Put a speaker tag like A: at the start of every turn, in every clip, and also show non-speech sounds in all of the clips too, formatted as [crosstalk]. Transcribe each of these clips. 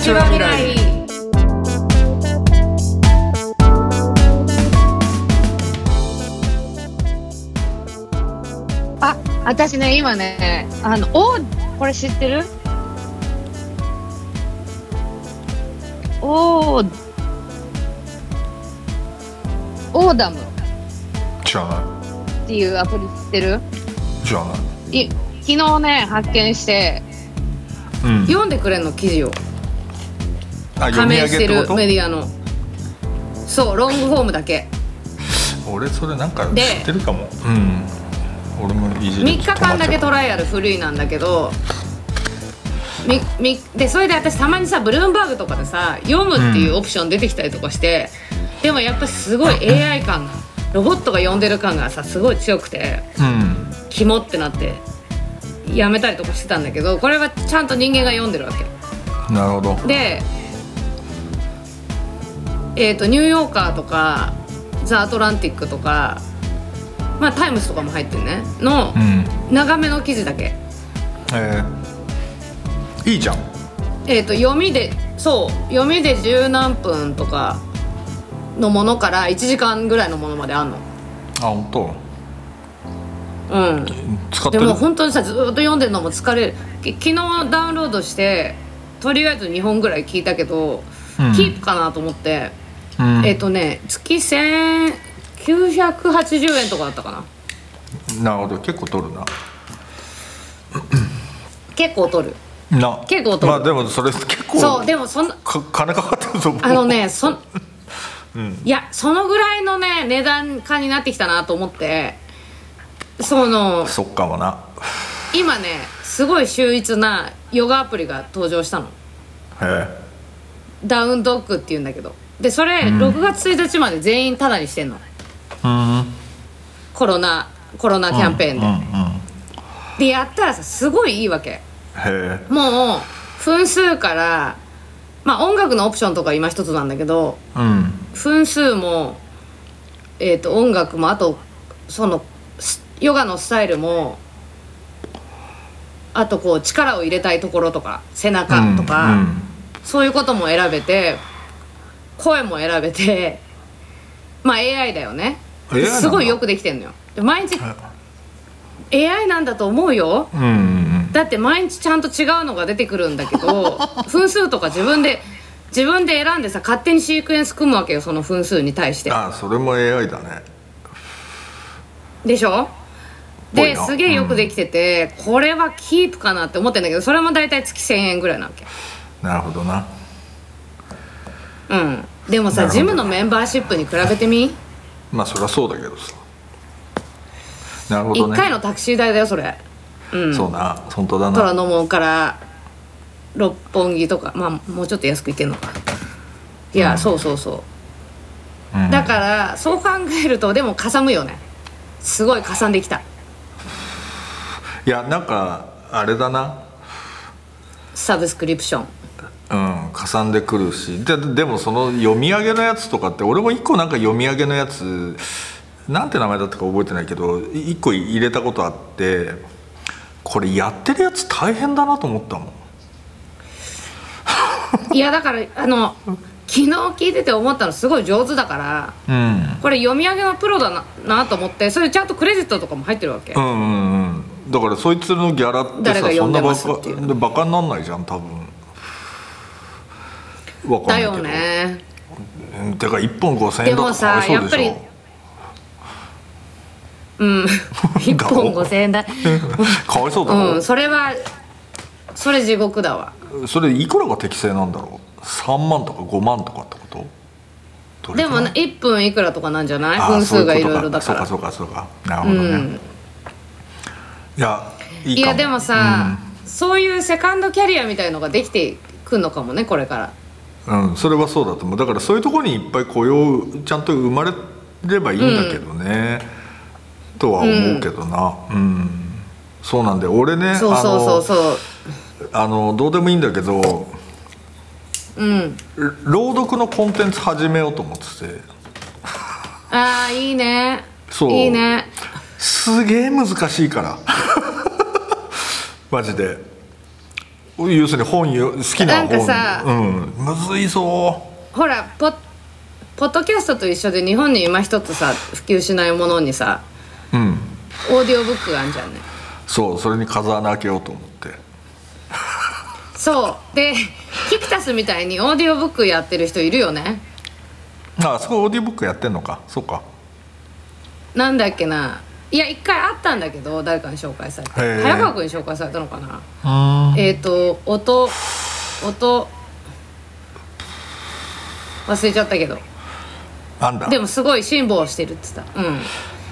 A: ちは未来
B: あ私ね今ねあのオーこれ知ってるオーオーダム
A: 知らな
B: っていうアプリ知ってる
A: い知らない
B: い昨日ね発見して
A: うん
C: 読んでくれんの記事を
A: あ
C: 加
A: 読み
C: 盟
A: 上
C: し
A: げ
C: て
A: って
C: る
A: こ
C: メディアのそうロングフォームだけ
A: と俺それなんか
C: で
A: 知ってるかもうん俺もいじ
C: 3
A: る
C: 日間だけト
A: ら
C: ライアルフリーなんだけどみみでそれで私たまにさブルームバーグとかでさ読むっていうオプション出てきたりとかして、でもやっぱすごい AI 感がロボットが読んでる感がさすごい強くて
A: うん
C: 肝ってなってやめたりとかしてたんだけどこれはちゃんと人間が読んでるわけ。
A: なるほど
C: で、えー、とニューヨーカーとかザ・アトランティックとか、まあ、タイムズとかも入ってるねの
A: うん
C: 長めの記事だけ、
A: えー、いいじゃん
C: えー、と読みでそう読みで十何分とかのものから1時間ぐらいのものまであんの。
A: あ本当
C: うん、
A: 使って
C: で
A: る
C: も本当にさずーっと読んでるのも疲れるき昨日ダウンロードしてとりあえず2本ぐらい聞いたけど、
A: うん
C: キープかなと思って
A: うん
C: えっ、とね月1980円とかだったかな
A: なるほど結構取るな
C: 結構取る
A: な
C: 結構取る
A: まあでもそれ結構
C: そうでもそんな
A: か金かかってると思う
C: あのねそん、
A: ん
C: いやそのぐらいのね値段化になってきたなと思ってその
A: そっかもな
C: 今ねすごい秀逸なヨガアプリが登場したの
A: へ
C: ダウンドッグっていうんだけどでそれ6月1日まで全員タダにしてんの、
A: えうん
C: コロナコロナキャンペーンで、
A: うんうん
C: でやったらさすごいいいわけ
A: へえ
C: もう分数からまあ音楽のオプションとか今一つなんだけど
A: うん
C: 分数も、えー、と音楽もあとそのスヨガのスタイルもあとこう力を入れたいところとか背中とか、
A: うんうん
C: そういうことも選べて声も選べて [laughs] まあ AI だよね
A: AI なんだ
C: すごいよくできてんのよで毎日 AI なんだと思うよ
A: うんうん
C: だって毎日ちゃんと違うのが出てくるんだけど
A: [laughs]
C: 分数とか自分で自分で選んでさ勝手にシークエンス組むわけよその分数に対して
A: ああそれも AI だね
C: でしょ
A: ぽい
C: で
A: な
C: すげえよくできてて、これはキープかなって思ってんだけどそれも大体月1000円ぐらいなわけ
A: なるほどな
C: うんでも
A: な
C: さ
A: るほど
C: ジムのメンバーシップに比べてみ
A: まあそりゃそうだけどさなるほ
C: 一
A: どね
C: 回のタクシー代だよそれ
A: そうな本当だ
C: 虎
A: な
C: ノ門から六本木とかまあもうちょっと安く行けんのかいや、そうそうそう、
A: うん
C: だからそう考えるとでもかさむよねすごいかさんできた
A: いやなんかあれだな
C: サブスクリプシ
A: [laughs]
C: ョン
A: うんかさんでくるしででもその読み上げのやつとかって俺も一個なんか読み上げのやつなんて名前だったか覚えてないけどい一個入れたことあってこれやってるやつ大変だなと思ったもん
C: いやだからあの昨日聞いてて思ったのすごい上手だから
A: うん
C: これ読み上げのプロだななと思ってそれちゃんとクレジットとかも入ってるわけ、
A: うんうんうんだからそいつのギャラって
C: 誰
A: さ
C: が
A: そ
C: 呼
A: ん
C: ん
A: な
C: で
A: バ
C: ます
A: カ
C: っていう
A: でバカになんないじゃん多分わかんな
C: だ
A: いけど
C: よね
A: うんてか1本5000円だ
C: で
A: と
C: も
A: か
C: さ
A: わいそうでしょ
C: やっぱ1本5000円だ
A: [laughs] かわいそうだろ、
C: うんそれはそれ地獄だわ
A: それいくらが適正なんだろう3万とか5万とかってことどれ
C: で
A: くら
C: も
A: い
C: ね1分いくらとかなんじゃない
A: あー
C: 分数がいろいろだ
A: そ
C: か
A: ういうこ
C: ら
A: とかそうかそうかなるほどね、いやいい
C: い
A: かも
C: やでもさ、そういうセカンドキャリアみたいのができてくんのかもねこれから
A: うん、それはそうだと思うだからそういうところにいっぱい雇用ちゃんと生まれればいいんだけどね、とは思うけどなうん、そうなんで俺ね
C: そうそうそうそう
A: あのあのどうでもいいんだけど
C: うん
A: 朗読のコンテンツ始めようと思ってて
C: ああいいね
A: そう
C: いいね
A: [laughs] すげえ難しいからマジで要するに本よ好きな本
C: なんかさ
A: うん、むずいぞ
C: ほらポポッドキャストと一緒で日本に今一つさ普及しないものにさ
A: うん
C: オーディオブックがあるじゃんね
A: そうそれに風穴開けようと思って
C: そうでキクタスみたいにオーディオブックやってる人いるよね
A: ああそこオーディオブックやってんのかそうか
C: なんだっけないや一回あったんだけど誰かに紹介されて
A: へえ
C: 早川君に紹介されたのかな
A: うん
C: えっ、と音音忘れちゃったけど
A: あんだ
C: でもすごい辛抱してるって言ってたうん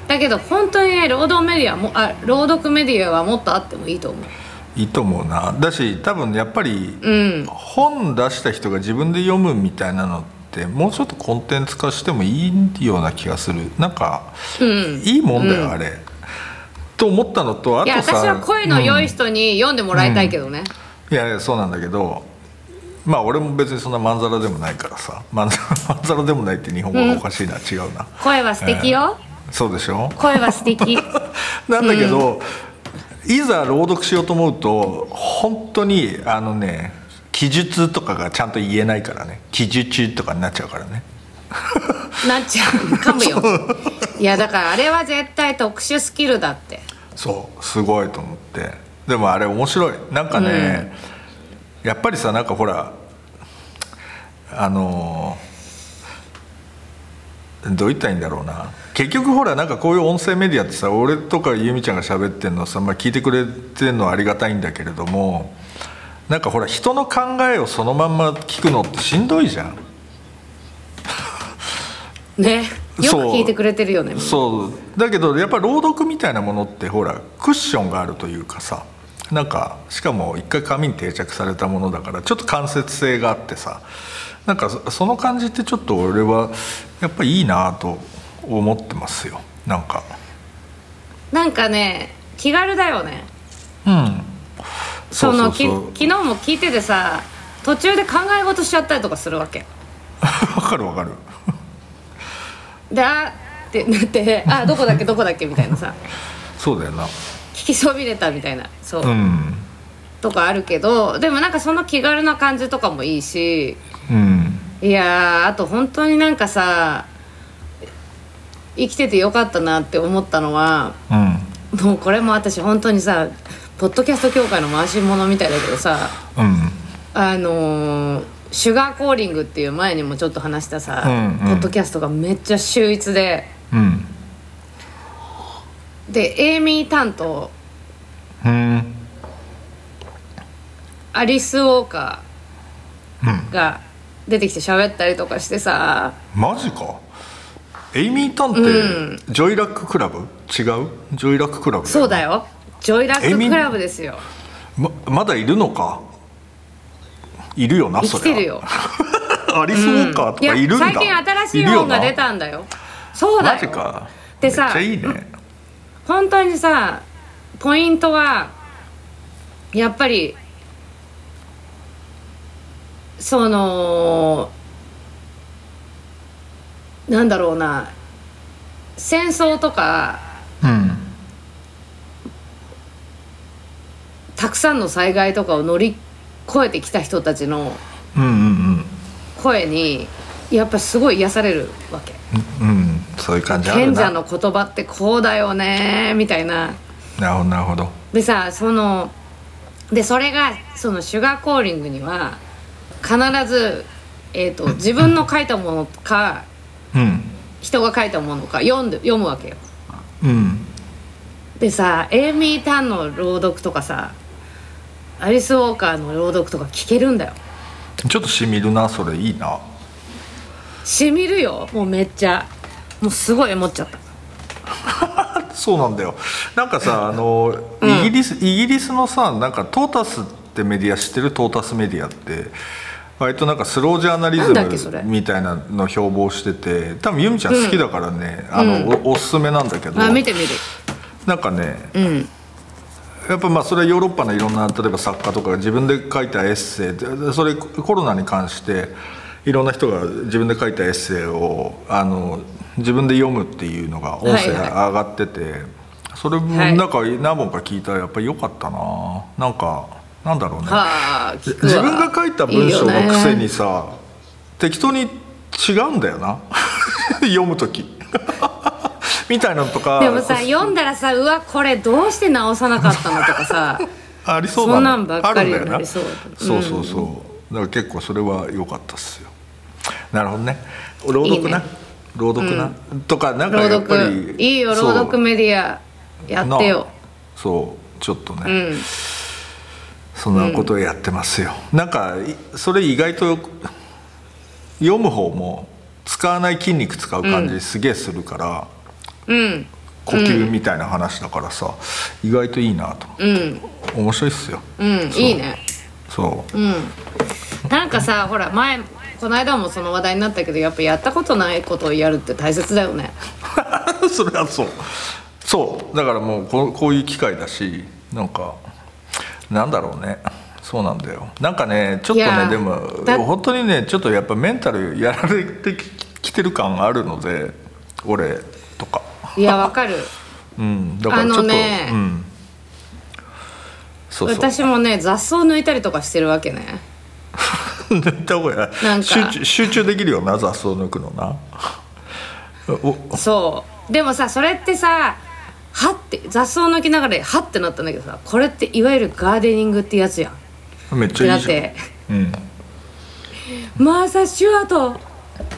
C: だけど本当にね労働メディアもあ朗読メディアはもっとあってもいいと思う
A: いいと思うなだし多分やっぱり、本出した人が自分で読むみたいなのってもうちょっとコンテンツ化してもいいような気がするなんか、いいもんだよ、あれと思ったのとあ
C: いや
A: とさ
C: 私は声の良い人に読んでもらいたいけどね、
A: いやいやそうなんだけどまあ俺も別にそんなまんざらでもないからさまんざら [laughs] まんざらでもないって日本語がおかしいな、違うな
C: 声は素敵よ、
A: そうでしょ
C: 声は素
A: [laughs]
C: 敵
A: なんだけど、いざ朗読しようと思うと本当にあのね記述とかがちゃんと言えないからね記述とかになっちゃうからね
C: なっちゃう噛むよいやだからあれは絶対特殊スキルだって
A: そうすごいと思ってでもあれ面白いなんかね、やっぱりさなんかほらあのーどう言ったらいいんだろうな結局ほらなんかこういう音声メディアってさ俺とかゆみちゃんが喋ってんのさ、まあ、聞いてくれてんのはありがたいんだけれどもなんかほら人の考えをそのまんま聞くのってしんどいじゃん。
C: ねよく
A: そう
C: 聞いてくれてるよね
A: そうだけどやっぱ朗読みたいなものってほらクッションがあるというかさなんかしかも一回紙に定着されたものだからちょっと間接性があってさなんかそその感じってちょっと俺はやっぱいいなと思ってますよなんか
C: なんかね気軽だよね
A: うん
C: その
A: そうそうそう
C: き昨日も聞いててさ途中で考え事しちゃったりとかするわけ
A: [laughs] わかるわかる
C: であーってなってあどこだっけどこだっけみたいなさ
A: そうだよな
C: 聞きそびれたみたいなそう、
A: うん
C: とかあるけどでもなんかその気軽な感じとかもいいし
A: うん
C: いやーあと本当になんかさ生きててよかったなって思ったのは
A: うん
C: もうこれも私本当にさポッドキャスト協会の回し者みたいだけどさ
A: うん
C: あのーシュガーコーリングっていう前にもちょっと話したさ、
A: うんうん
C: ポッドキャストがめっちゃ秀逸で
A: うん
C: でエイミー担当
A: うん
C: アリス・ウォーカーが出てきて喋ったりとかしてさ
A: マジかエイミー探偵、ジョイラッククラブ違うジョイラッククラブ
C: そうだよジョイラッ
A: エイミ
C: ク
A: ー
C: クラブですよ
A: ままだいるのかいるよな
C: 生
A: そ
C: き
A: れ
C: てる
A: [laughs]
C: よ
A: アリス・ウォーカーとかいるんだ、
C: 最近新しい本が出
A: い
C: たんだよそう
A: るよな
C: だ
A: マジ
C: よ
A: か
C: でさ
A: めっちゃいいね
C: 本当にさポイントはやっぱりそのなんだろうな戦争とか
A: うん
C: たくさんの災害とかを乗り越えてきた人たちの
A: うんうん
C: 声にやっぱすごい癒されるわけ
A: うんうんそういう感じある
C: 賢者
A: な
C: の言葉ってこうだよねみたいな
A: なるほどなるほど
C: でさそのでそれがそのシュガーコーリングには必ず、えー、と自分の書いたものか
A: うん
C: 人が書いたものか読んで読むわけよ
A: うん
C: でさエイミー・タンの朗読とかさアリス・ウォーカーの朗読とか聞けるんだよ
A: ちょっとしみるなそれいいな
C: しみるよもうめっちゃもうすごい思っちゃった
A: そうなんだよなんか
C: [laughs]
A: さあの、イギリスイギリスのさなんかトータスってメディア知ってるトータスメディアって割となんかスロージャーナリズ
C: なんだっけそれ
A: ムみたいなの標榜してて多分由美ちゃん好きだからね、あのおおすすめなんだけど、
C: あ見て見る
A: なんかね、やっぱまあそれはヨーロッパのいろんな例えば作家とかが自分で書いたエッセイででそれコロナに関していろんな人が自分で書いたエッセイをあの自分で読むっていうのが音声
C: はいはい
A: が上がってて、それも
C: はい
A: なんか何本か聞いたらやっぱり良かったななんかなんだろうね
C: はあ聞くわ
A: 自分が書いた文章のくせ
C: いいよね
A: にさ適当に違うんだよな [laughs] 読む時 [laughs] みたいなのとか
C: でもさ読んだらさうわこれどうして直さなかったのとかさ
A: ありそうだ
C: そんなんばっかり
A: あるんだよ
C: にな
A: な
C: り
A: そ
C: そうう
A: そうそうだから結構それは良かったっすよなるほどね朗読ない
C: いね
A: 朗読な、とかなんか
C: 朗
A: やっぱり
C: 読いいよ
A: そう
C: 朗読メディアやってよ
A: なそうちょっとね、
C: うん
A: そんなことをやってますよ、なんかいそれ意外と読む方も使わない筋肉使う感じすげえするから、
C: うん
A: 呼吸みたいな話だからさ、意外といいなと思
C: うん
A: う面白いっすよ
C: うん
A: そう
C: いいね
A: そう、
C: うんなんかさほら前この間もその話題になったけどやっぱやったことないことをやるって大切だよね
A: [laughs] それはそうそうだからもうこうこういう機会だしなんかなんだろうねそうなんだよなんかねちょっと
C: いや
A: ね
C: ー
A: で
C: だ
A: も本当にねちょっとやっぱメンタルやられてききてる感あるので俺とか
C: いやわかる
A: うんだから
C: あ
A: ちょっ
C: の
A: と、
C: ね
A: うんそうそう [laughs]
C: 私もね雑草抜いたりとかしてるわけね
A: 抜いた方が
C: なんか
A: 集中集中できるよな雑草抜くのなお
C: そうでもさそれってさはって雑草抜きながらはってなったんだけどさこれっていわゆるガーデニングってやつやんっ
A: めっち
C: て
A: ゃ
C: ない
A: い
C: っ
A: じゃん
C: て
A: うん
C: マーサ・シュワート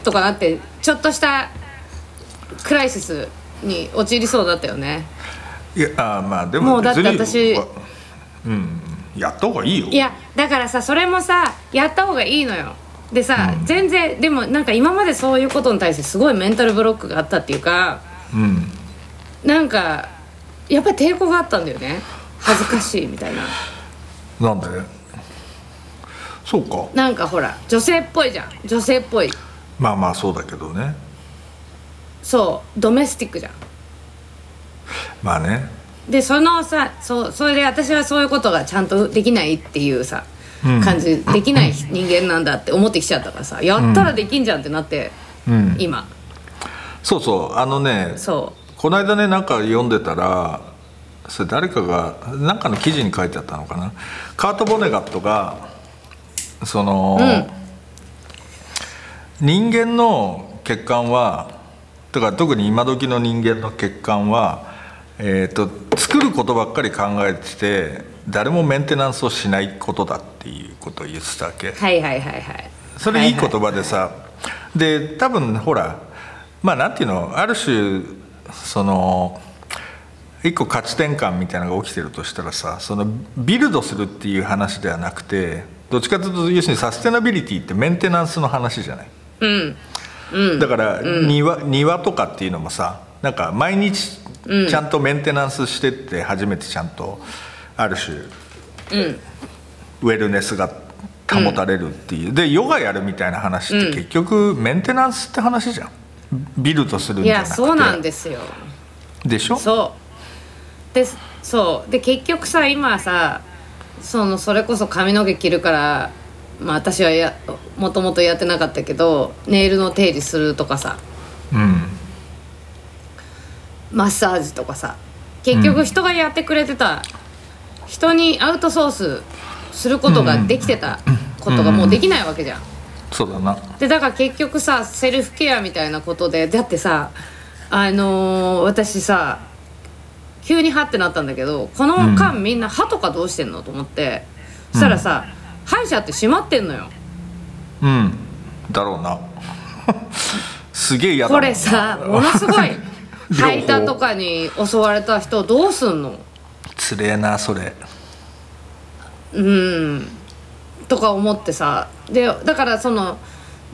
C: とかなってちょっとしたクライシスに陥りそうだったよね
A: いやあーまあでも
C: もうだって
A: 別に
C: 私
A: わうんやった方がいいよ
C: いやだからさそれもさやった方がいいのよでさ、全然でもなんか今までそういうことに対してすごいメンタルブロックがあったっていうか
A: うん
C: なんかやっぱり抵抗があったんだよね恥ずかしいみたいな
A: なんでそうか
C: なんかほら女性っぽいじゃん女性っぽい
A: まあまあそうだけどね
C: そうドメスティックじゃん
A: まあね
C: でそのさそうそれで私はそういうことがちゃんとできないっていうさ、感じできない人間なんだって思ってきちゃったからさやったらできんじゃんってなって、
A: うん
C: 今
A: そうそうあのね
C: そ
A: この間ねなんか読んでたらそれ誰かがなんかの記事に書いてあったのかなカート・ボネガットがその、人間の血管はとか特に今時の人間の血管は、えー、と作ることばっかり考えてて誰もメンテナンスをしないことだっていうことを言ってたわけ
C: うはいはいはいはい
A: それいい言
C: は
A: 葉でさ、で多分ほらまあなんていうのある種その一個価値転換みたいなのが起きてるとしたらさそのビルドするっていう話ではなくてどっちかというと要するにサステナビリティってメンテナンスの話じゃない、だから庭,、庭とかっていうのもさなんか毎日ちゃんとメンテナンスしてって初めてちゃんとある種ウェルネスが保たれるっていう、でヨガやるみたいな話って結局メンテナンスって話じゃんビルドするん
C: いい
A: じゃな
C: や
A: くて
C: そうなんですよ
A: でしょ
C: そうでそうで結局さ今さそのそれこそ髪の毛切るからまあ私はやもともとやってなかったけどネイルの手入れするとかさ
A: うん
C: マッサージとかさ結局人がやってくれてた、人にアウトソースすることができてたことがもうできないわけじゃん。
A: そうだな
C: でだから結局さセルフケアみたいなことでだってさあのー私さ急にハってなったんだけどこの間みんな歯とかどうしてんのと思ってそしたらさ、歯医者って閉まってんのよ
A: うんだろうな [laughs] すげえ嫌だ
C: こ
A: もんな
C: れさものすごい
A: [laughs] 両方
C: 吐いたとかに襲われた人どうすんの
A: つれえなそれ
C: とか思ってさでだからその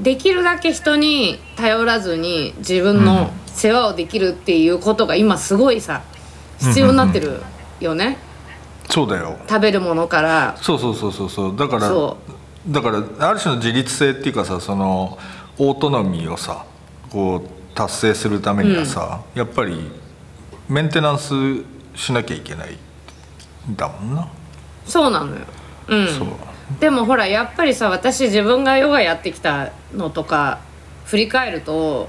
C: できるだけ人に頼らずに自分の世話をできるっていうことが今すごいさ必要になってるよね、
A: そうだよ
C: 食べるものから
A: そうそうそうそうそうだから
C: そ
A: だからある種の自立性っていうかさそのオートノミーをさこう達成するためにはさ、やっぱりメンテナンスしなきゃいけないんだもんな、
C: そうなのようん
A: そう
C: でもほらやっぱりさ私自分がヨガやってきたのとか振り返ると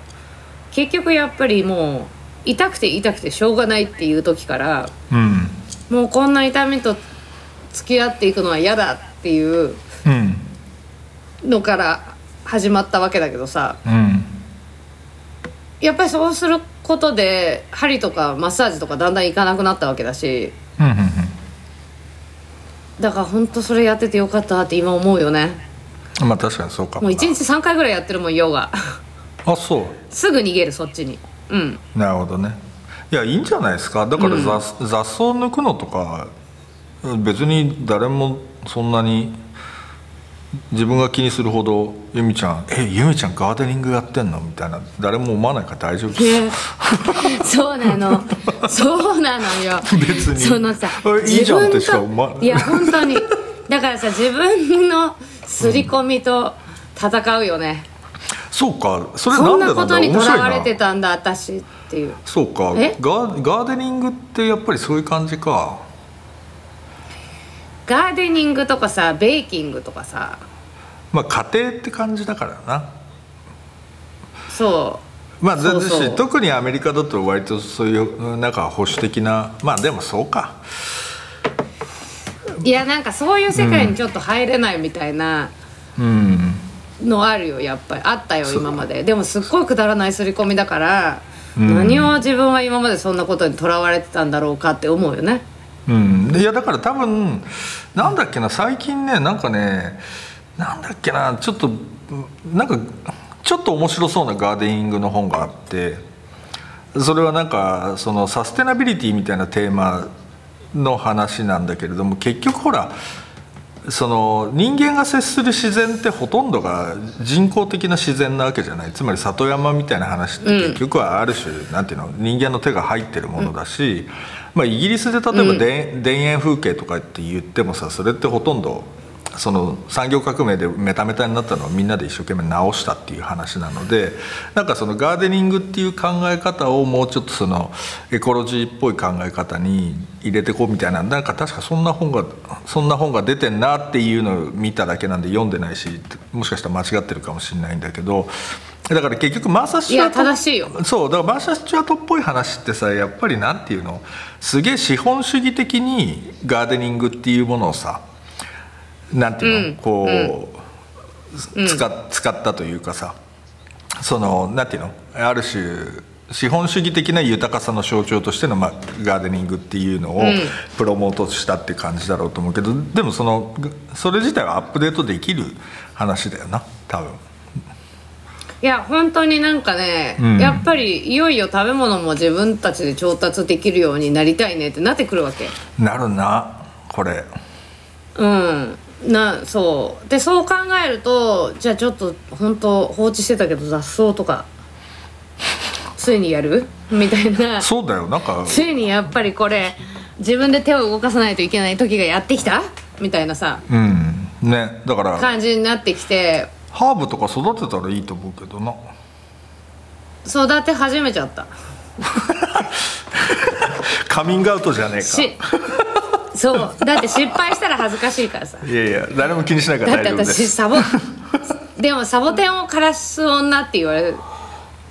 C: 結局やっぱりもう痛くて痛くてしょうがないっていう時から
A: うん
C: もうこんな痛みと付き合っていくのは嫌だっていう
A: うん
C: のから始まったわけだけどさ
A: うん
C: やっぱりそうすることで針とかマッサージとかだんだん行かなくなったわけだし
A: うんうん
C: だから本当それやっててよかったって今思うよね
A: うんまあ確かにそうかも
C: もう
A: な
C: 1日3回ぐらいやってるもんヨガ [laughs]
A: あそう
C: すぐ逃げるそっちにうん
A: なるほどねいやいいんじゃないですかだから雑,、雑草抜くのとか別に誰もそんなに自分が気にするほど「由美ちゃんえ由美ちゃんガーデニングやってんの?」みたいな誰も思わないから大丈夫です
C: ね [laughs] そうなのそうなのよ
A: 別に
C: そのさ
A: あいいじゃんってしか思わ
C: 自分といや本当にだからさ自分の刷り込みと戦うよね、
A: そうかそれなん
C: そん
A: でな
C: なん
A: だ
C: ことにと
A: 面白い
C: らわれて
A: な
C: たんだ私っていう
A: そうかガ
C: え
A: ーガーデニングってやっぱりそういう感じか
C: ガーデニングとかさベーキングとかさ
A: まあ家庭って感じだからな
C: そう
A: まあ、
C: そうそう
A: だし特にアメリカだと割とそういうなんか保守的なまあでもそうか
C: いやなんかそういう世界にちょっと入れないみたいな
A: うん
C: のあるよやっぱりあったよ今まででもすっごいくだらない刷り込みだから、何を自分は今までそんなことにとらわれてたんだろうかって思うよね
A: うん、でいやだから多分なんだっけな最近ねなんかねなんだっけなちょっとなんかちょっと面白そうなガーデニングの本があってそれはなんかそのサステナビリティみたいなテーマの話なんだけれども結局ほらその人間が接する自然ってほとんどが人工的な自然なわけじゃないつまり里山みたいな話って結局はある種、なんていうの人間の手が入ってるものだし、まあ、イギリスで例えばで、田園風景とかって言ってもさそれってほとんどその産業革命でメタメタになったのをみんなで一生懸命直したっていう話なのでなんかそのガーデニングっていう考え方をもうちょっとそのエコロジーっぽい考え方に入れてこうみたいななんか確かそんな本がそんな本が出てんなっていうのを見ただけなんで読んでないしもしかしたら間違ってるかもしれないんだけどだから結局マーサシ
C: い
A: ュア
C: や
A: ート
C: 正しいよ
A: そうだからバーシャ・スチュアートっぽい話ってさやっぱりなんていうのすげえ資本主義的にガーデニングっていうものをさなんていうの、
C: うん
A: こう、使使ったというかさそのなんていうのある種資本主義的な豊かさの象徴としての、まあ、ガーデニングっていうのをプロモートしたって感じだろうと思うけど、でもそのそれ自体はアップデートできる話だよな多分。
C: いや本当になんかね、
A: うん
C: やっぱりいよいよ食べ物も自分たちで調達できるようになりたいねってなってくるわけ
A: なるなこれ。
C: うんなそうでそう考えるとじゃあちょっと本当放置してたけど雑草とかついにやるみたいな
A: そうだよなんか
C: ついにやっぱりこれ自分で手を動かさないといけない時がやってきたみたいなさ
A: うんねだから
C: 感じになってきて
A: ハーブとか育てたらいいと思うけどな
C: 育て始めちゃった
A: カミングアウトじゃねえ
C: しそうだって失敗したら恥ずかしいからさ
A: かいやいや誰も気にしないから
C: だっ
A: 大
C: て
A: 丈夫で
C: 私
A: す
C: サボでもサボテンを枯らす女って言われる、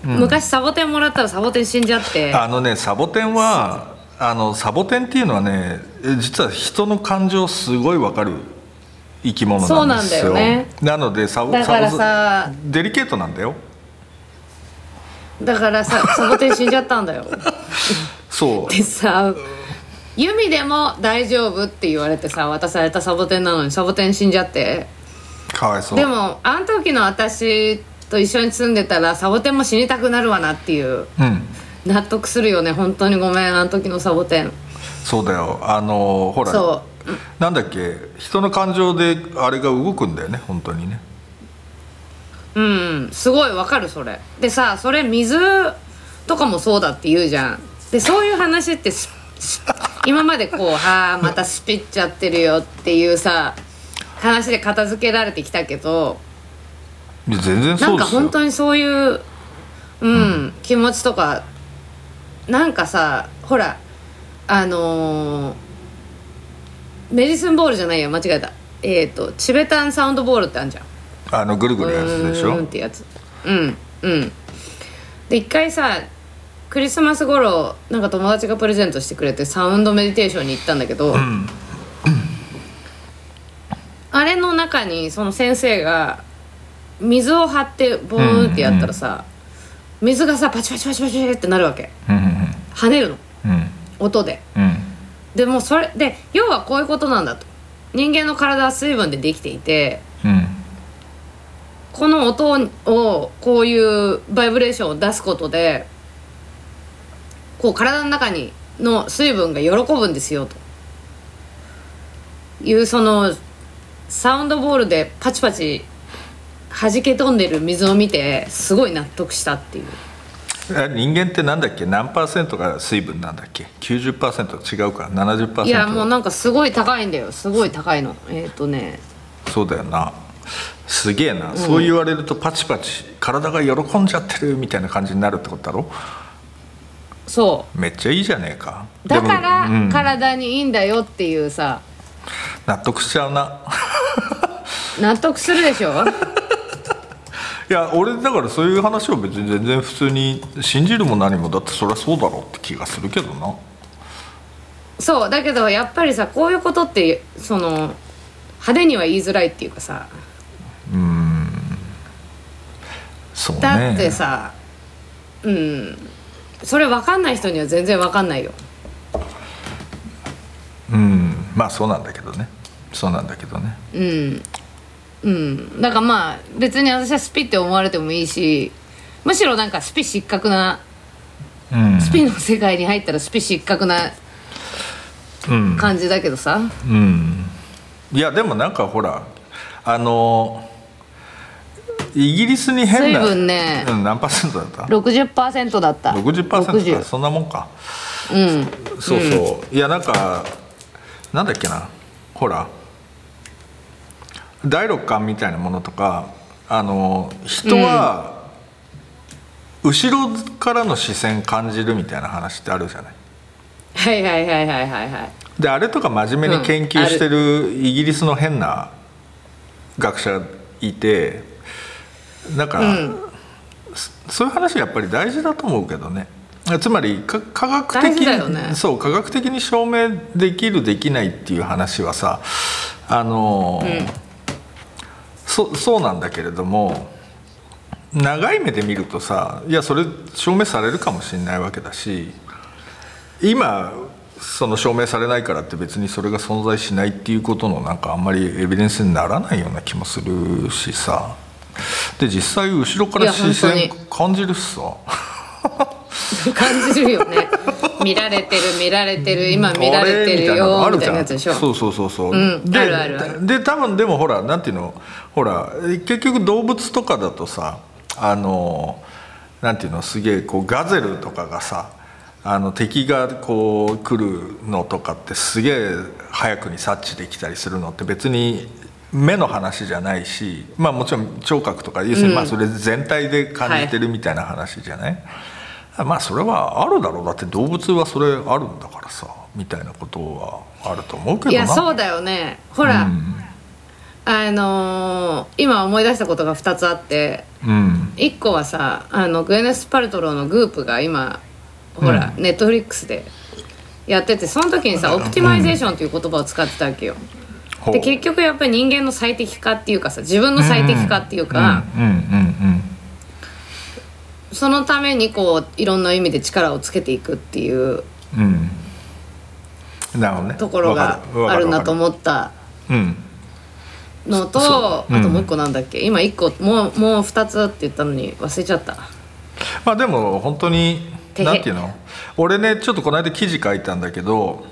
C: 昔サボテンもらったらサボテン死んじゃって
A: あのねサボテンはあのサボテンっていうのはねえ実は人の感情すごいわかる生き物なんですよ
C: そうなんだよね
A: なのでサボ
C: だからさ
A: サボデリケートなんだよ
C: だからさサボテン死んじゃったんだよ
A: そう
C: でさ弓でも大丈夫って言われてさ渡されたサボテンなのにサボテン死んじゃって
A: かわいそう
C: でもあの時の私と一緒に住んでたらサボテンも死にたくなるわなっていう
A: うん
C: 納得するよね本当にごめんあの時のサボテン
A: そうだよあのほら
C: そ
A: なんだっけ人の感情であれが動くんだよね本当にね
C: ううんすごいわかるそれでさそれ水とかもそうだって言うじゃんでそういう話ってすす今までこう「 [laughs] はあまたスピっちゃってるよ」っていうさ話で片付けられてきたけど
A: いや全然
C: な
A: そ
C: ん
A: うで
C: か
A: すよ
C: 本当にそういう、うん気持ちとかなんかさほらあのーメディスンボールじゃないや間違えたえっ、とチベタンサウンドボールってあるじゃん
A: あのぐるぐるやるやつでし
C: うーん
A: ょ
C: ってやつうんうんで一回さクリスマス頃なんか友達がプレゼントしてくれてサウンドメディテーションに行ったんだけど、あれの中にその先生が水を張ってボーンってやったらさ、水がさパチパチパチパチってなるわけ
A: うん
C: 跳ねるの
A: うん
C: 音で
A: うんうん
C: でもうそれで要はこういうことなんだと人間の体は水分でできていて
A: うん
C: この音をこういうバイブレーションを出すことでこう体の中にの水分が喜ぶんですよというそのサウンドボールでパチパチ弾け飛んでる水を見てすごい納得したっていう
A: え人間ってなんだっけ何パーセントが水分なんだっけ90%違うか70%
C: いやもうなんかすごい高いんだよすごい高いのえっ、とね
A: そうだよなすげえな、そう言われるとパチパチ体が喜んじゃってるみたいな感じになるってことだろ
C: そ
A: めっちゃいいじゃねえか
C: うだか
A: でもう
C: ら
A: ん
C: 体にいいんだよっていうさ
A: 納得しちゃうな
C: 納得するでしょ
A: いや俺だからそういう話を別に全然普通に信じるも何もだってそりゃそうだろうって気がするけどな
C: そうだけどやっぱりさこういうことってその派手には言いづらいっていうかさ
A: そうね
C: だってさ、うんそれ分かんない人には全然分かんないよ
A: うんまあそうなんだけどねそうなんだけどね
C: うんうんだからまあ別に私はスピって思われてもいいしむしろなんかスピ失格な
A: うん
C: スピの世界に入ったらスピ失格な
A: うん
C: 感じだけどさ、
A: うんいやでもなんかほらあのイギリスに変な
C: 水分ね
A: うん、何パーセントだった
C: 60%だった
A: 60%か
C: 60
A: そんなもんか
C: うん
A: そうそう、いやなんかなんだっけなほら第六感みたいなものとかあの人は、後ろからの視線感じるみたいな話ってあるじゃない
C: はいはいはいはいはいはい
A: であれとか真面目に研究してるイギリスの変な学者いてなんか、そそういう話やっぱり大事だと思うけどねつまりか科学
C: 大
A: 的
C: 事だよ
A: に、
C: ね
A: そう科学的に証明できるできないっていう話はさあのー、そそうなんだけれども長い目で見るとさいやそれ証明されるかもしれないわけだし今その証明されないからって別にそれが存在しないっていうことのなんかあんまりエビデンスにならないような気もするしさで実際後ろから
C: いや
A: 視線
C: 本
A: 感じるしさ
C: 感じるよね [laughs] 見られてる見られてる今見ら
A: あ
C: れて
A: みたい
C: る
A: なの
C: よ
A: ある
C: みた
A: じ
C: いな
A: ゃ
C: や
A: ん
C: つでしょ
A: そうそうそうそう、
C: うん
A: で
C: あるあるある
A: で多分でもほらなんていうのほら結局動物とかだとさあのなんていうのすげえこうガゼルとかがさあの敵がこう来るのとかってすげえ早くに察知できたりするのって別に目の話じゃないしまあもちろん聴覚とか要するにまあそれ全体で感じてるみたいな話じゃない、まあそれはあるだろうだって動物はそれあるんだからさみたいなことはあると思うけどない
C: やそうだよねほら、あのー今思い出したことが2つあって
A: うん
C: 1個はさあのグエネス・パルトローのグープが今ほら、ネットフリックスでやっててその時にさオプティマイゼーションという言葉を使ってたわけよ、
A: ほう
C: で結局やっぱり人間の最適化っていうかさ自分の最適化っていうか、
A: うんうんうん
C: そのためにこういろんな意味で力をつけていくっていう
A: うんうんなるほどね
C: ところがあるなと思った
A: ううん
C: のと
A: そううん
C: あともう一個なんだっけ、今一個もうもう二つって言ったのに忘れちゃった
A: まあでも本当に
C: てへ
A: なんていうの俺ねちょっとこの間記事書いたんだけど、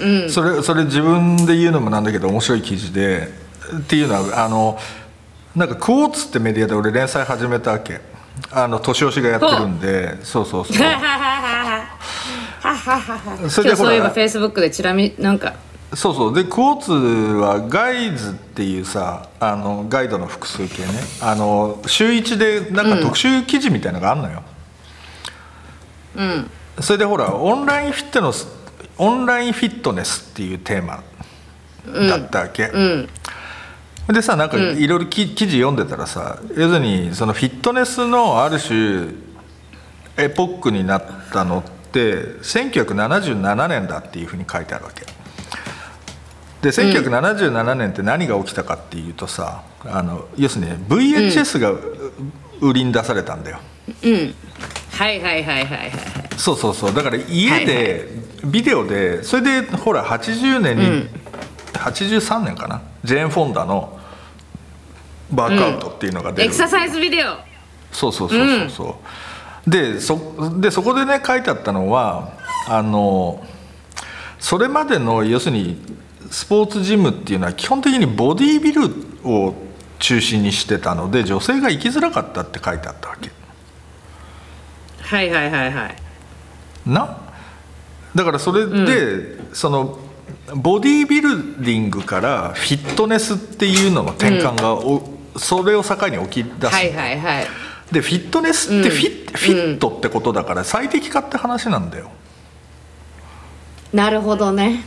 C: うん
A: それそれ自分で言うのもなんだけど面白い記事でっていうのはあのなんか「クォーツ」ってメディアで俺連載始めたわけあの年押しがやってるんでそうそうそうそ
C: 今
A: れで
C: 日
A: ほ
C: [laughs] そういえば
A: ら
C: フェイスブックでチラ見なんか
A: そうそうでクォーツはガイズっていうさあのガイドの複数形ねあの週1でなんか特集記事みたいのがあんのよ、
C: うん
A: それでほらオンラインフィットネスオンラインフィットネスっていうテーマだったわけ、
C: うん
A: でさなんかいろいろき記事読んでたらさ要するにそのフィットネスのある種エポックになったのって1977年だっていうふうに書いてあるわけで1977年って何が起きたかっていうとさあの要するに VHS が売りに出されたんだよ、
C: うんはいはいはいはいはい
A: そうそうそうだから家でビデオでそれでほら80年に、83年かなジェーン・フォンダの「バックアウト」っていうのが出
C: エ
A: る、
C: クササイズビデオ
A: そうそうそうそうそうでそでそこでね書いてあったのはあのそれまでの要するにスポーツジムっていうのは基本的にボディービルを中心にしてたので女性が行きづらかったって書いてあったわけ
C: はいはいはいはい
A: なだからそれで、そのボディービルディングからフィットネスっていうのの転換がお、それを境に起き出す、
C: はいはいはい
A: でフィットネスって
C: うん
A: フィ,、フィットってことだから最適化って話なんだよ、
C: なるほどね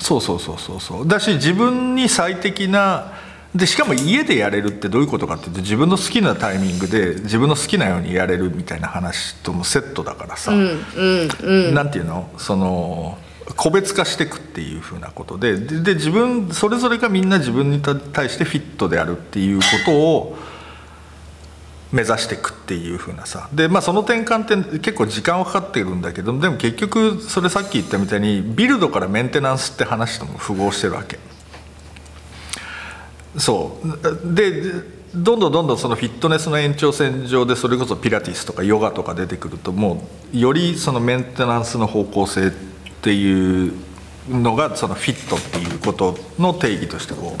A: そうそうそうそうそうだし自分に最適なでしかも家でやれるってどういうことかっていうと自分の好きなタイミングで自分の好きなようにやれるみたいな話ともセットだからさ、
C: うんうんうん
A: なんていうのその個別化していくっていうふうなことででで自分それぞれがみんな自分にた対してフィットであるっていうことを目指していくっていうふうなさでまあその転換って結構時間はかかってるんだけどでも結局それさっき言ったみたいにビルドからメンテナンスって話とも符合してるわけ。そうでどんどんどんどんそのフィットネスの延長線上でそれこそピラティスとかヨガとか出てくるともうよりそのメンテナンスの方向性っていうのがそのフィットっていうことの定義としてこ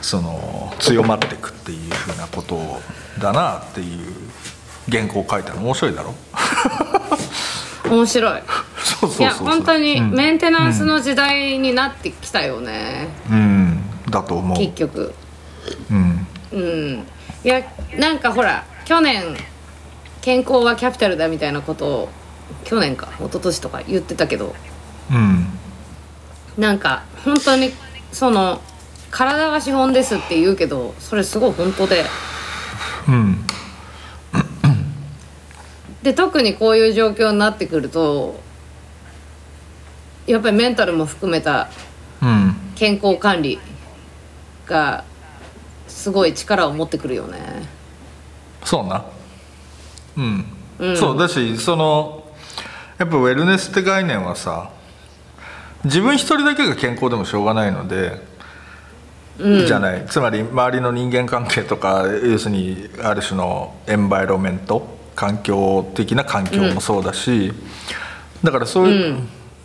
A: うその強まっていくっていうふうなことだなっていう原稿を書いたの面白いだろ
C: 面白 [laughs] い
A: そうそうそうそう
C: いや本当に
A: うん、
C: メンテナンスの時代になってきたよね、
A: うんだと思う
C: 結局
A: うん
C: うんいやなんかほら去年健康はキャピタルだみたいなことを去年か一昨年とか言ってたけど
A: うん
C: なんか本当にその体は資本ですって言うけどそれすごい本当で
A: うん
C: で特にこういう状況になってくるとやっぱりメンタルも含めた
A: うん
C: 健康管理がすごい力を持ってくるよね
A: そうなうん、そうだしそのやっぱウェルネスって概念はさ自分一人だけが健康でもしょうがないので、じゃないつまり周りの人間関係とか要するにある種のエンバイロメント環境的な環境もそうだし、だからそういう、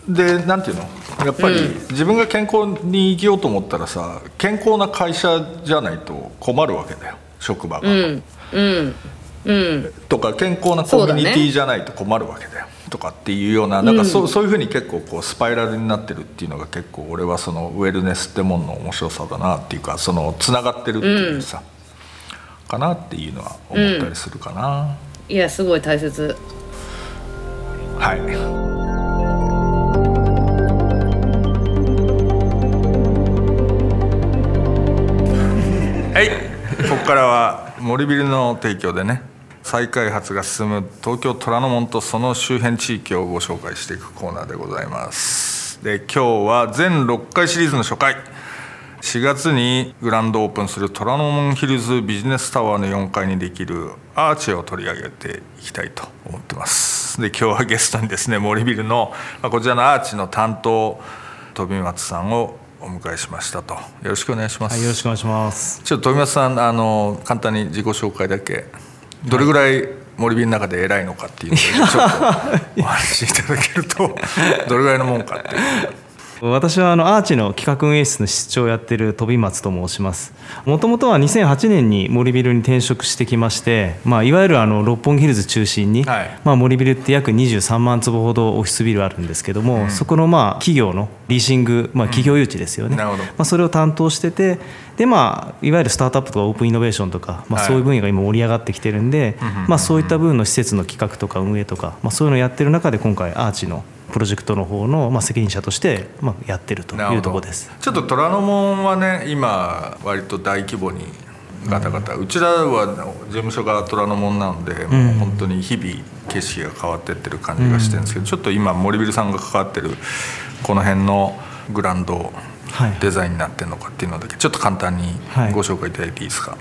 A: でなんていうのやっぱり自分が健康に生きようと思ったらさ健康な会社じゃないと困るわけだよ職場が。
C: うんうんうん
A: とか健康なコミュニティじゃないと困るわけだよとかっていうようななんかそ,、うそういうふうに結構こうスパイラルになってるっていうのが結構俺はそのウェルネスってもんの面白さだなっていうかそのつながってるっていうさ、かなっていうのは思ったりするかな、
C: いやすごい大切
A: はい。はい、ここからは森ビルの提供でね再開発が進む東京虎ノ門とその周辺地域をご紹介していくコーナーでございますで今日は全6回シリーズの初回4月にグランドオープンする虎ノ門ヒルズビジネスタワーの4階にできるアーチェを取り上げていきたいと思ってますで今日はゲストにですね森ビルの、まあ、こちらのアーチの担当飛松さんをお迎えしましたとよろしくお願いします、
D: はい、よろしくお願いします。
A: ちょっと富松さんあの簡単に自己紹介だけどれぐらい森ビルの中で偉いのかっていうのをちょっとお話しいただける
D: [laughs]
A: とどれぐらいのもんかっていう
D: 私はあのアーチの企画運営室の室長をやっている飛松と申します。もともとは2008年に森ビルに転職してきまして、まあいわゆるあの六本木ヒルズ中心に、
A: はい
D: まあ森ビルって約23万坪ほどオフィスビルあるんですけども、そこのまあ企業のリーシング、まあ企業誘致ですよね。
A: なるほど
D: まあそれを担当してて、でまあいわゆるスタートアップとかオープンイノベーションとか、まあ
A: はい
D: そういう分野が今盛り上がってきてるんで、まあそういった分の施設の企画とか運営とか、まあそういうのをやってる中で今回アーチのプロジェクトの方のまあ責任者としてまあやってると
A: なる
D: い
A: ほ
D: うと
A: ど
D: ころです。
A: ちょっと虎ノ門はね今割と大規模にガタガタ、うちらは事務所が虎ノ門なので、もう本当に日々景色が変わってってる感じがしてるんですけど、ちょっと今森ビルさんが関わってるこの辺のグラウンド
D: はい
A: デザインになってるのかっていうのだけちょっと簡単に
D: はい
A: ご紹介いただいていいですか、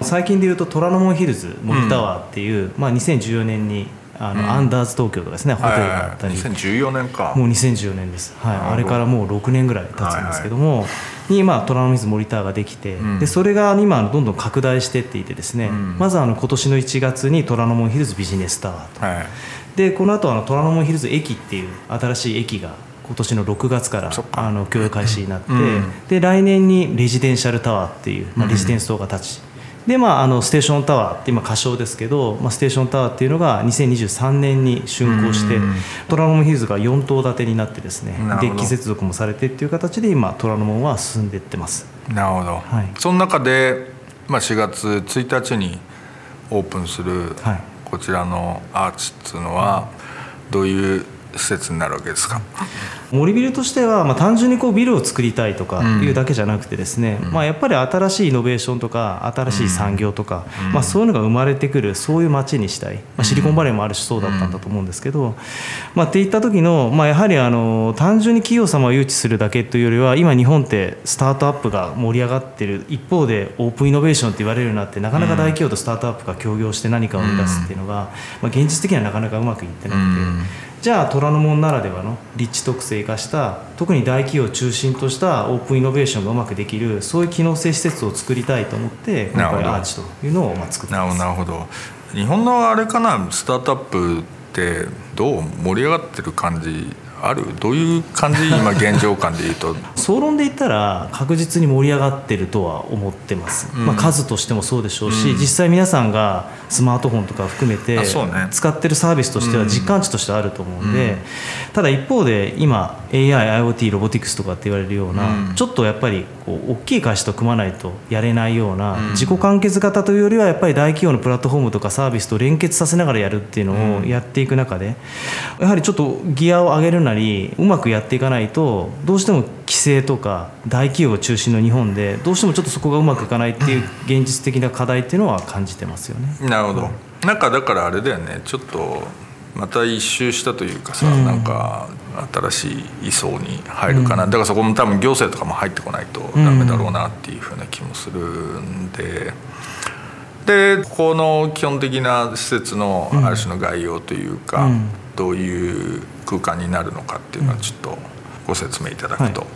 D: 最近でいうと虎ノ門ヒルズ森タワーっていう、まあ、2014年にあの、
A: うん
D: アンダーズ東京とかですねホテル
A: はい
D: があったり、
A: 2014年か
D: もう2014年です、はい、
A: なるほど
D: あれからもう6年ぐらい経つんですけども、に、まあ、虎ノ水モニターができて、
A: うん
D: でそれが今どんどん拡大してっていてですね、
A: うん
D: まずあの今年の1月に虎ノ門ヒルズビジネスタワーと
A: はい
D: でこの後あの虎ノ門ヒルズ駅っていう新しい駅が今年の6月から
A: そっか
D: あの供用開始になって、
A: うん
D: で来年にレジデンシャルタワーっていう、まあ、レジデンス棟が立ち、でまあ、あのステーションタワーって今仮称ですけど、まあ、ステーションタワーっていうのが2023年に竣工して、
A: うん
D: 虎ノ門ヒルズが4棟建てになってですね
A: なる
D: デ
A: ほど
D: ッキ接続もされてっていう形で今虎ノ門は進んでいってます
A: なるほど、
D: はい
A: その中で、まあ、4月1日にオープンする
D: はい
A: こちらのアーチっていうのはどういう施設になるわけですか、
D: 森ビルとしては、まあ、単純にこうビルを作りたいとか
A: うん
D: いうだけじゃなくてですね、まあ、やっぱり新しいイノベーションとか新しい産業とか、まあ、そういうのが生まれてくるそういう街にしたい、まあ、シリコンバレーもあるしそうだったんだと思うんですけど、まあ、っていった時の、まあ、やはりあの単純に企業様を誘致するだけというよりは今日本ってスタートアップが盛り上がってる一方でオープンイノベーションって言われるようになってなかなか大企業とスタートアップが協業して何かを生み出すっていうのが、まあ、現実的にはなかなかうまくいってなくて。
A: うん
D: じゃあ虎ノ門ならではの立地特性を生かした特に大企業を中心としたオープンイノベーションがうまくできるそういう機能性施設を作りたいと思って今
A: なるほ
D: 回
A: ど
D: アーチというのをまあ作って
A: なる
D: ま
A: ほどなるほ
D: す
A: ど日本のあれかなスタートアップってどう盛り上がってる感じあるどういう感じ今現状感で言うと
D: 総論で言ったら確実に盛り上がってるとは思ってます、
A: ん
D: まあ、数としてもそうでしょうし、
A: うん
D: 実際皆さんがスマートフォンとか含めて
A: あそうね
D: 使ってるサービスとしては
A: うん
D: 実感値としてはあると思うんで、
A: うん
D: ただ一方で今 AIIoT ロボティクスとかって言われるような、
A: うん
D: ちょっとやっぱりこう大きい会社と組まないとやれないような、
A: うん
D: 自己完結型というよりはやっぱり大企業のプラットフォームとかサービスと連結させながらやるっていうのをやっていく中でやはりちょっとギアを上げるなりうまくやっていかないとどうしても規制とか大企業が中心の日本でどうしてもちょっとそこがうまくいかないっていう現実的な課題っていうのは感じてますよね。
A: なるほどなんかだからあれだよねちょっとまた一周したというかさ、
D: うん
A: なんか新しい位相に入るかな、だからそこも多分行政とかも入ってこないと
D: うん
A: ダメだろうなっていうふうな気もするんで。でこの基本的な施設のある種の概要というか、
D: うん
A: どういう空間になるのかっていうのはちょっとご説明いただくと、
D: はい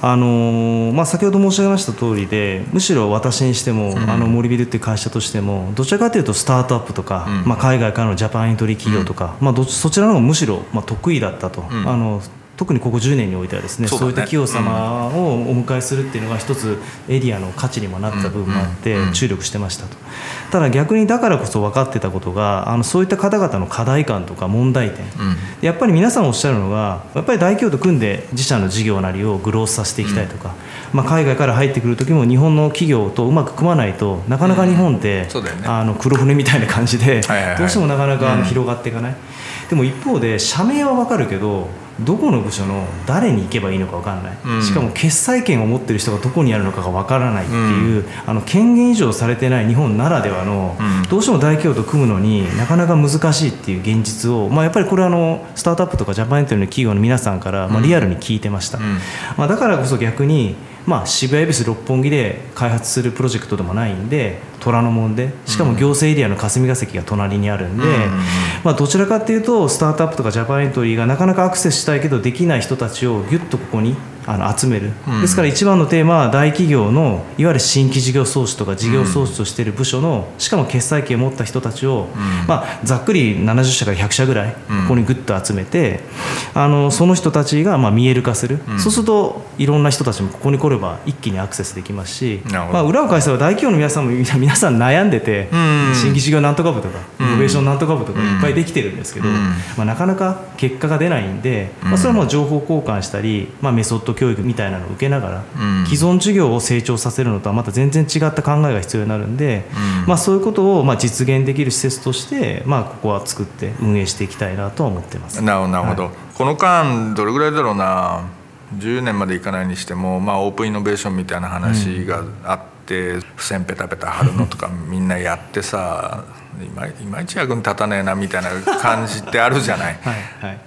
D: あのーまあ、先ほど申し上げました通りでむしろ私にしても、あの森ビルっていう会社としてもどちらかというとスタートアップとか、
A: うん
D: まあ、海外からのジャパンエントリー企業とか、まあ、どそちらの方がむしろ、まあ、得意だったと、
A: ん
D: あの特にここ10年においてはですね
A: そ
D: そうう
A: だね
D: いった企業様をお迎えするっていうのが一つエリアの価値にもなった部分もあって
A: うん
D: 注力してましたとただ逆にだからこそ分かってたことがあのそういった方々の課題感とか問題点、
A: うん
D: やっぱり皆さんおっしゃるのがやっぱり大企業と組んで自社の事業なりをグロースさせていきたいとか、まあ、海外から入ってくる時も日本の企業とうまく組まないとなかなか日本って、
A: んそうだよね
D: あの黒船みたいな感じで、
A: はいはいはい
D: どうしてもなかなかあの
A: うん
D: 広がっていかない、でも一方で社名は分かるけどどこの部署の誰に行けばいいのか分かんない、
A: うん
D: しかも決裁権を持ってる人がどこにあるのかが分からないっていう、あの権限以上されてない日本ならではの、
A: うん
D: どうしても大企業と組むのになかなか難しいっていう現実を、まあ、やっぱりこれはあのスタートアップとかジャパンエントリーの企業の皆さんから、まあ、リアルに聞いてました、
A: ん
D: まあ、だからこそ逆に、まあ、渋谷恵比寿六本木で開発するプロジェクトでもないんで虎ノ門でしかも行政エリアの霞が関が隣にあるんで、
A: うん
D: まあ、どちらかっていうとスタートアップとかジャパンエントリーがなかなかアクセスしたいけどできない人たちをぎゅっとここにあの集める、
A: うん
D: ですから一番のテーマは大企業のいわゆる新規事業創始とか事業創始としている部署の、しかも決裁権を持った人たちを、まあ、ざっくり70社から100社ぐらいこ
A: うん
D: こにぐっと集めて、あのその人たちがまあ見える化する、そうするといろんな人たちもここに来れば一気にアクセスできますし、
A: なるほど
D: まあ、裏を返せば大企業の皆さんもみんな皆さん悩んでて、
A: うん
D: 新規事業なんとか部とか、イノベーションなんとか部とかいっぱいできてるんですけど、
A: うん
D: まあ、なかなか結果が出ないんで、ま
A: うん
D: あ、それはもう情報交換したり、まあ、メソッド教育みたいなのを受けながら、
A: うん
D: 既存事業を成長させるのとはまた全然違った考えが必要になるんで、
A: うん
D: まあ、そういうことをまあ実現できる施設として、まあ、ここは作って運営していきたいなとは思ってます。
A: なるほどなるほど、
D: はい
A: この間どれぐらいだろうな10年までいかないにしても、まあ、オープンイノベーションみたいな話があっって付箋ペタペタ貼るの
D: [laughs]
A: とかみんなやってさいまいまいち役に立たねえなみたいな感じってあるじゃない。
D: [laughs] はいはい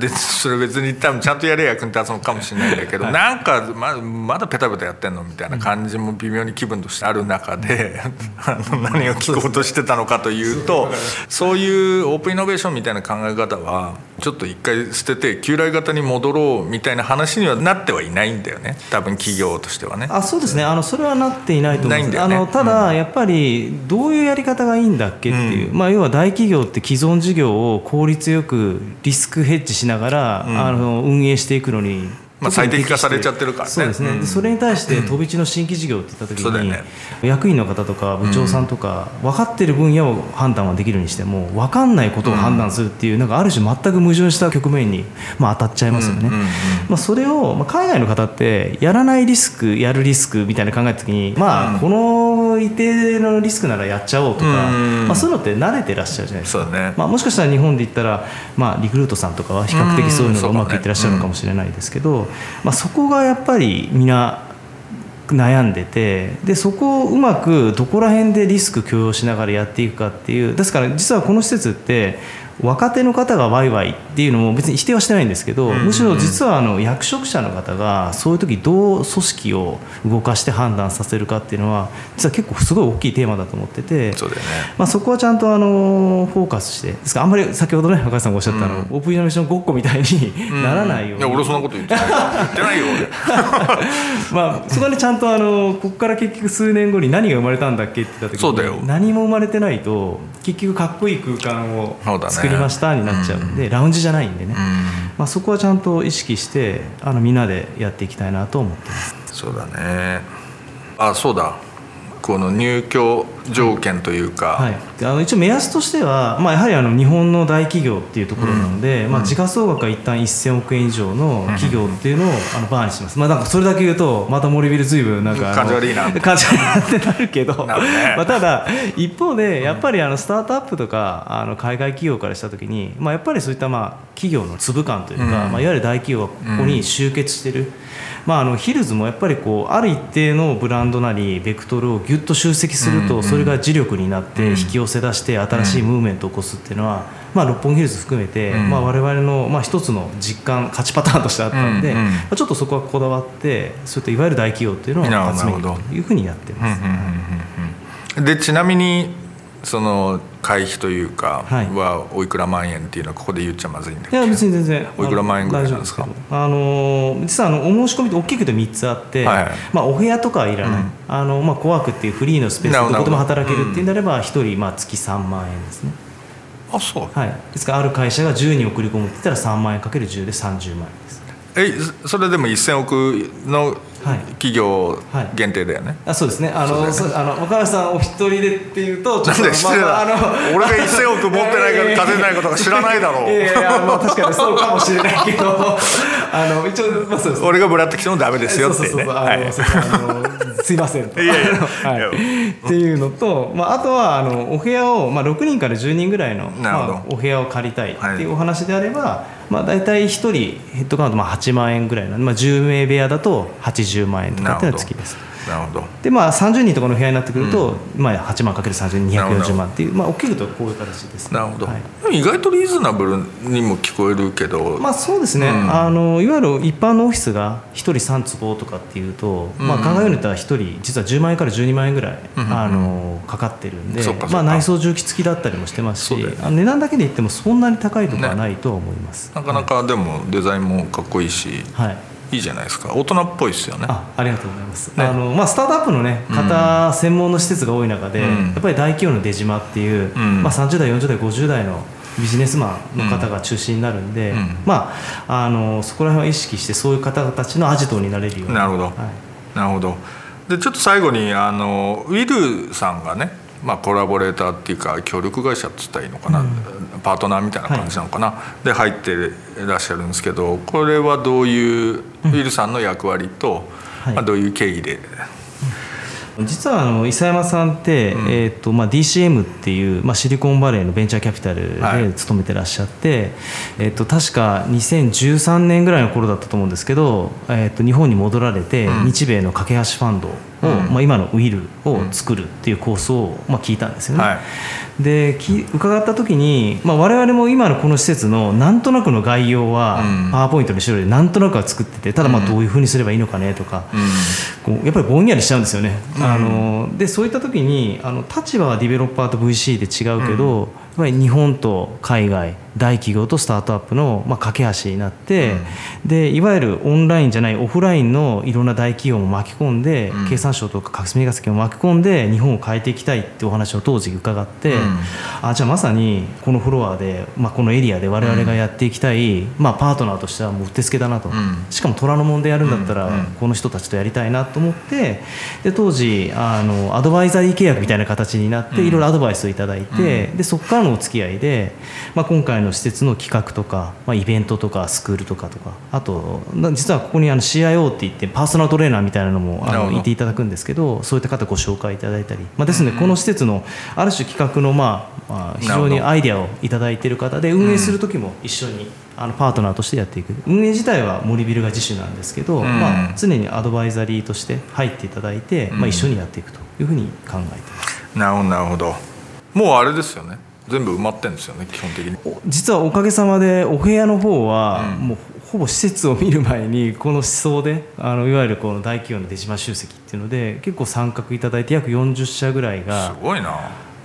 A: でそれ別に多分ちゃんとやれば役に立つのかもしれないんだけど、なんかままだペタペタやってんのみたいな感じも微妙に気分としてある中で、あの何を聞こうとしてたのかというとそういうオープンイノベーションみたいな考え方はちょっと一回捨てて旧来型に戻ろうみたいな話にはなってはいないんだよね多分企業としてはね。
D: あそうですねあのそれはなっていないと思います
A: ないんだよね
D: あのただ、やっぱりどういうやり方がいいんだっけっていう、まあ、要は大企業って既存事業を効率よくリスクヘッジしながら、あの運営していくのに。
A: まあ
D: 特に適
A: 最
D: して
A: 適化されちゃってるからね
D: そうですね、
A: うん
D: でそれに対して飛び地の新規事業って言った時
A: そうだよ
D: に、
A: ね
D: 役員の方とか部長さんとか、分かってる分野を判断はできるにしても分かんないことを判断するっていう、なんかある種全く矛盾した局面に、まあ、当たっちゃいますよね。
A: うんうんうん
D: まあ、それを、まあ、海外の方ってやらないリスクやるリスクみたいな考えた時に、まあこの一定のリスクならやっちゃおうとか、
A: うん
D: まあ、そういうのって慣れてらっしゃるじゃないですか。
A: そうだね、
D: まあ、もしかしたら日本で言ったら、まあ、リクルートさんとかは比較的そういうのがうまくいってらっしゃるのかもしれないですけど、まあ、そこがやっぱり皆悩んでてでそこをうまくどこら辺でリスク許容しながらやっていくかっていうですから実はこの施設って若手の方がワイワイっていうのも別に否定はしてないんですけど、むしろ実はあの役職者の方がそういう時どう組織を動かして判断させるかっていうのは実は結構すごい大きいテーマだと思ってて
A: そうだよね
D: まあ、そこはちゃんとあのフォーカスしてですからあんまり先ほどね若井さんがおっしゃったあの、オープンイノベーションごっこみたいにならないよう
A: い
D: に、
A: や俺そんなこと言って
D: [laughs]
A: ない言ってないよ俺。
D: まあ、そこはねちゃんとあのここから結局数年後に何が生まれたんだっけって言った時に
A: そうだよ
D: 何も生まれてないと結局かっこいい空間を
A: そうだね
D: 作りましたになっちゃうんでラウンジじゃないんでね、まあ、そこはちゃんと意識してあのみんなでやっていきたいなと思ってます。
A: そうだねあそうだこの入居条件というか、
D: はい、あの一応目安としては、まあ、やはりあの日本の大企業っていうところなので、まあ、時価総額が一旦1000億円以上の企業っていうのをあのバーにします、まあ、なんかそれだけ言うとまた森ビル随分なんかあの
A: 感じ悪いな
D: 感じ悪いなってなるけど
A: なるね
D: まあ、ただ一方でやっぱりあのスタートアップとかあの海外企業からした時に、まあ、やっぱりそういったまあ企業の粒感というか、まあ、いわゆる大企業がここに集結してる、まあ、あのヒルズもやっぱりこうある一定のブランドなりベクトルをぎゅっと集積するとそれが磁力になって引き寄せ出して新しいムーブメントを起こすっていうのは、まあ、六本木ヒルズ含めて、まあ、我々のまあ一つの実感勝ちパターンとしてあったんで、
A: うんうん
D: まあ、ちょっとそこはこだわってそういったいわゆる大企業っていうの
A: なるほ
D: を
A: ど
D: 集め
A: なるほ
D: る
A: ど
D: というふうにやってます。
A: でちなみにその会費というか
D: はい
A: はおいくら万円っていうのはここで言っちゃまずいんだけ
D: い
A: ど、
D: や別に全然
A: おいくら万円ぐらいなんですか
D: あの大丈夫けどあの実はあのお申し込みって大きくて3つあって、
A: はいはい
D: まあ、お部屋とかはいらない、あのまあ、コワークっていうフリーのスペース
A: なるほど
D: でどこでも働けるっていうんであれば1人まあ月3万円ですね、
A: あそう
D: はい、ですからある会社が10人送り込むって言ったら3万円かける10で30万円です
A: えそそれでも1000億の
D: はい
A: 企業
D: はい
A: 限定だよね、
D: あそうですねあのそうあの岡部さんお一人でっていうとちょ
A: な
D: っと
A: んで失礼だ、
D: まあまああの
A: 俺が1000億持ってないから立てないことが知らないだろう、
D: いやいやまあ確かにそうかもしれないけど
A: [laughs]
D: あの一応まあそうですね
A: 俺がブラってきてもダメですよって
D: そう
A: い
D: そうう
A: ね
D: そう
A: は
D: あの
A: い
D: そうあのすいません
A: [laughs]
D: と
A: いやいや
D: はいっていうのと、まあ、あとはあのお部屋を、まあ、6人から10人ぐらいの、
A: なるほど
D: まあ、お部屋を借りたいって
A: はい
D: いうお話であれば、まあ、大体1人ヘッドカウントまあ8万円ぐらいなんで、まあ、10名部屋だと80万円と
A: な
D: か
A: るほど
D: っていうのは月です。
A: なるほど
D: でまあ、30人とかの部屋になってくると、まあ、8万 ×30240 万っていう、まあ、大きく言うとこういう形です、ね。
A: なるほど、
D: はい
A: でも意外とリーズナブルにも聞こえるけど、
D: まあそうですね、
A: ん
D: あのいわゆる一般のオフィスが1人3坪とかっていうと、まあ、考えようによっては1人実は10万円から12万円ぐらい、あのかかってるんで
A: そっかそっか
D: まあ、内装重機付きだったりもしてますし、
A: そうだよね
D: あの値段だけで言ってもそんなに高いとかはないとは思います、
A: なかなかでもデザインもかっこいいし、
D: はい
A: いいじゃないですか大人っぽいですよね
D: あありがとうございます、
A: ね
D: あのまあ、スタートアップの、ね、方専門の施設が多い中で、
A: ん
D: やっぱり大企業の出島っていう、
A: ん
D: まあ、30代40代50代のビジネスマンの方が中心になるんで、
A: ん
D: まあ、あのそこら辺は意識してそういう方たちのアジトになれるよう
A: なるほど、
D: はい
A: なるほどでちょっと最後にあのウィルさんがね、まあ、コラボレーターっていうか協力会社っつったらいいのかな、パートナーみたいな感じなのかな、で入ってらっしゃるんですけどこれはどういう、ウィルさんの役割と、
D: はい
A: まあ、どういう経緯で、
D: 実はあの伊佐山さんって、えーとまあ、DCM っていう、まあ、シリコンバレーのベンチャーキャピタル
A: はい
D: で勤めてらっしゃって、えー、と確か2013年ぐらいの頃だったと思うんですけど、えー、と日本に戻られて、日米の架け橋ファンドを、まあ、今のウィルを作るっていう構想を、まあ、聞いたんですよね。
A: はい
D: でき伺った時に、まあ、我々も今のこの施設のなんとなくの概要は
A: うん
D: パワーポイントの資料でなんとなくは作っててただまあどういうふうにすればいいのかねとか、こうやっぱりぼんやりしちゃうんですよね。あのでそういった時にあの立場はディベロッパーと VC で違うけど、やっぱり日本と海外大企業とスタートアップの、まあ、架け橋になって、でいわゆるオンラインじゃないオフラインのいろんな大企業も巻き込んで、
A: うん
D: 経産省とか霞が関も巻き込んで日本を変えていきたいってお話を当時伺って、
A: うん
D: あじゃあまさにこのフロアで、まあ、このエリアで我々がやっていきたい、まあ、パートナーとしてはもううってつけだなと、
A: ん
D: しかも虎ノ門でやるんだったら、
A: うんうん
D: この人たちとやりたいなと思ってで当時あのアドバイザリー契約みたいな形になって、いろいろアドバイスをいただいて、でそこからのお付き合いで、まあ、今回の施設の企画とか、まあ、イベントとかスクールとかとかあとな実はここにあの CIO って言ってパーソナルトレーナーみたいなのもあ
A: なるほ
D: の
A: ど
D: いていただくんですけどそういった方ご紹介いただいたり、まあ、ですのでこの施設のある種企画の、まあまあ、非常
A: なるほ
D: に
A: ど
D: アイデアをいただいている方で運営する時も一緒にあのパートナーとしてやっていく運営自体は森ビルが自主なんですけど、
A: ん
D: まあ、常にアドバイザリーとして入っていただいて、まあ、一緒にやっていくというふうに考えています
A: なるほどなるほどもうあれですよね全部埋まってんですよね基本的に
D: 実はおかげさまでお部屋の方は、もうほぼ施設を見る前にこの思想であのいわゆるこの大企業の出島集積っていうので結構参画いただいて約40社ぐらい
A: す
D: が
A: ごいな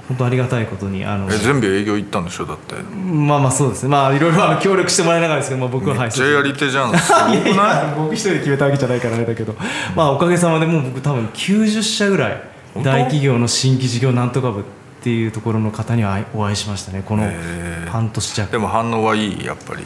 D: 本当ありがたいことにあの
A: え全部営業行ったんでしょだって
D: まあまあそうですねまあいろいろあの協力してもらいながらですけど、まあ、僕はは
A: めっ
D: い
A: ちゃやり手じゃんすごく
D: いや
A: [laughs] ない
D: いや僕一人で決めたわけじゃないからあれだけど、まあ、おかげさまでもう僕多分90社ぐらい
A: 本当
D: 大企業の新規事業なんとか部っていうところの方にはお会いしましたねこの
A: へー
D: 半年弱
A: でも反応はいいやっぱり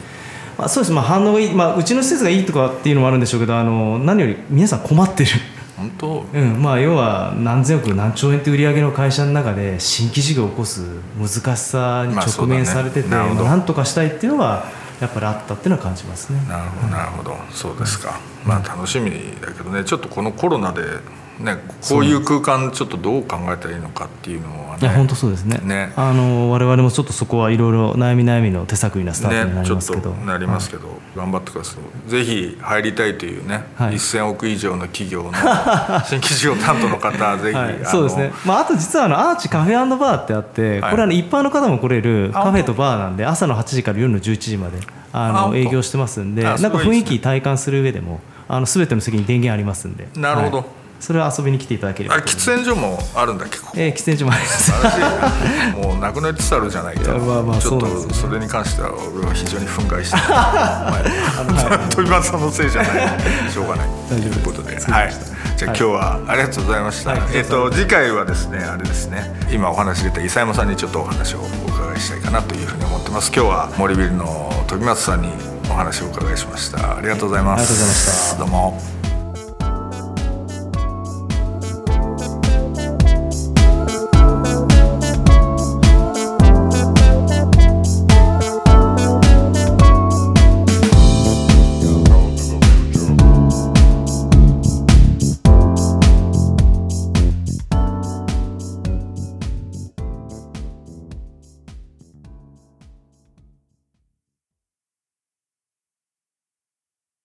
D: まあ、そうです、まあ、反応がいい、まあ、うちの施設がいいとかっていうのもあるんでしょうけどあの何より皆さん困ってる。 [laughs]
A: 本当
D: うんまあ、要は何千億何兆円って売り上げの会社の中で新規事業を起こす難しさに
A: まあそ
D: 直
A: うだね
D: 面されてて、
A: なる
D: まあ
A: ほど
D: なんとかしたいっていうのはやっぱりあったっていうのは感じますね。
A: なるほどなるほどそうですかまあ楽しみだけどねちょっとこのコロナでねこういう空間ちょっとどう考えたらいいのかっていうのはい
D: や本当
A: ね
D: そうですね
A: ね
D: あの我々もちょっとそこはいろいろ悩み悩みの手探りなスタートにな
A: ね
D: り
A: ちょ
D: ま
A: っ
D: す
A: と
D: けど、
A: なりますけど、頑張ってくださいぜひ入りたいというね、
D: はい
A: 1000億以上の企 [laughs] 業の新規事業担当の方ぜひ、
D: はい
A: あの
D: そうですね、まあ、あと実はあのアーチカフェバーってあって、
A: はい
D: これあの一般の方も来れる
A: あ
D: カフェとバーなんで朝の8時から夜の11時まで
A: あ
D: あ
A: 本
D: の
A: 当
D: 営業してますんで
A: あ
D: なん
A: す
D: か
A: ごいですね
D: 雰囲気体感する上でもあの全ての席に電源ありますんで
A: なるほど
D: はいそれは遊びに来ていただけれ
A: あ
D: ば
A: れ喫煙所もあるんだっけここ
D: えー喫煙所もあります
A: あれもうなくなりつつあるじゃないか
D: いやまあまあ
A: ちょっと
D: そうなんです
A: それに関しては俺は非常に憤慨してるまあ飛び松さんのせいじゃないしょうがない
D: 大丈夫です
A: ということで、はい、じゃあ今日はありがとうございました、
D: はい
A: えっと次回はですねあれですね今お話し出た伊佐山さんにちょっとお話をお伺いしたいかなというふうに思ってます今日は森ビルの飛松さんにお話をお伺いしましたありがとうございます
D: ありがとうございました
A: どうも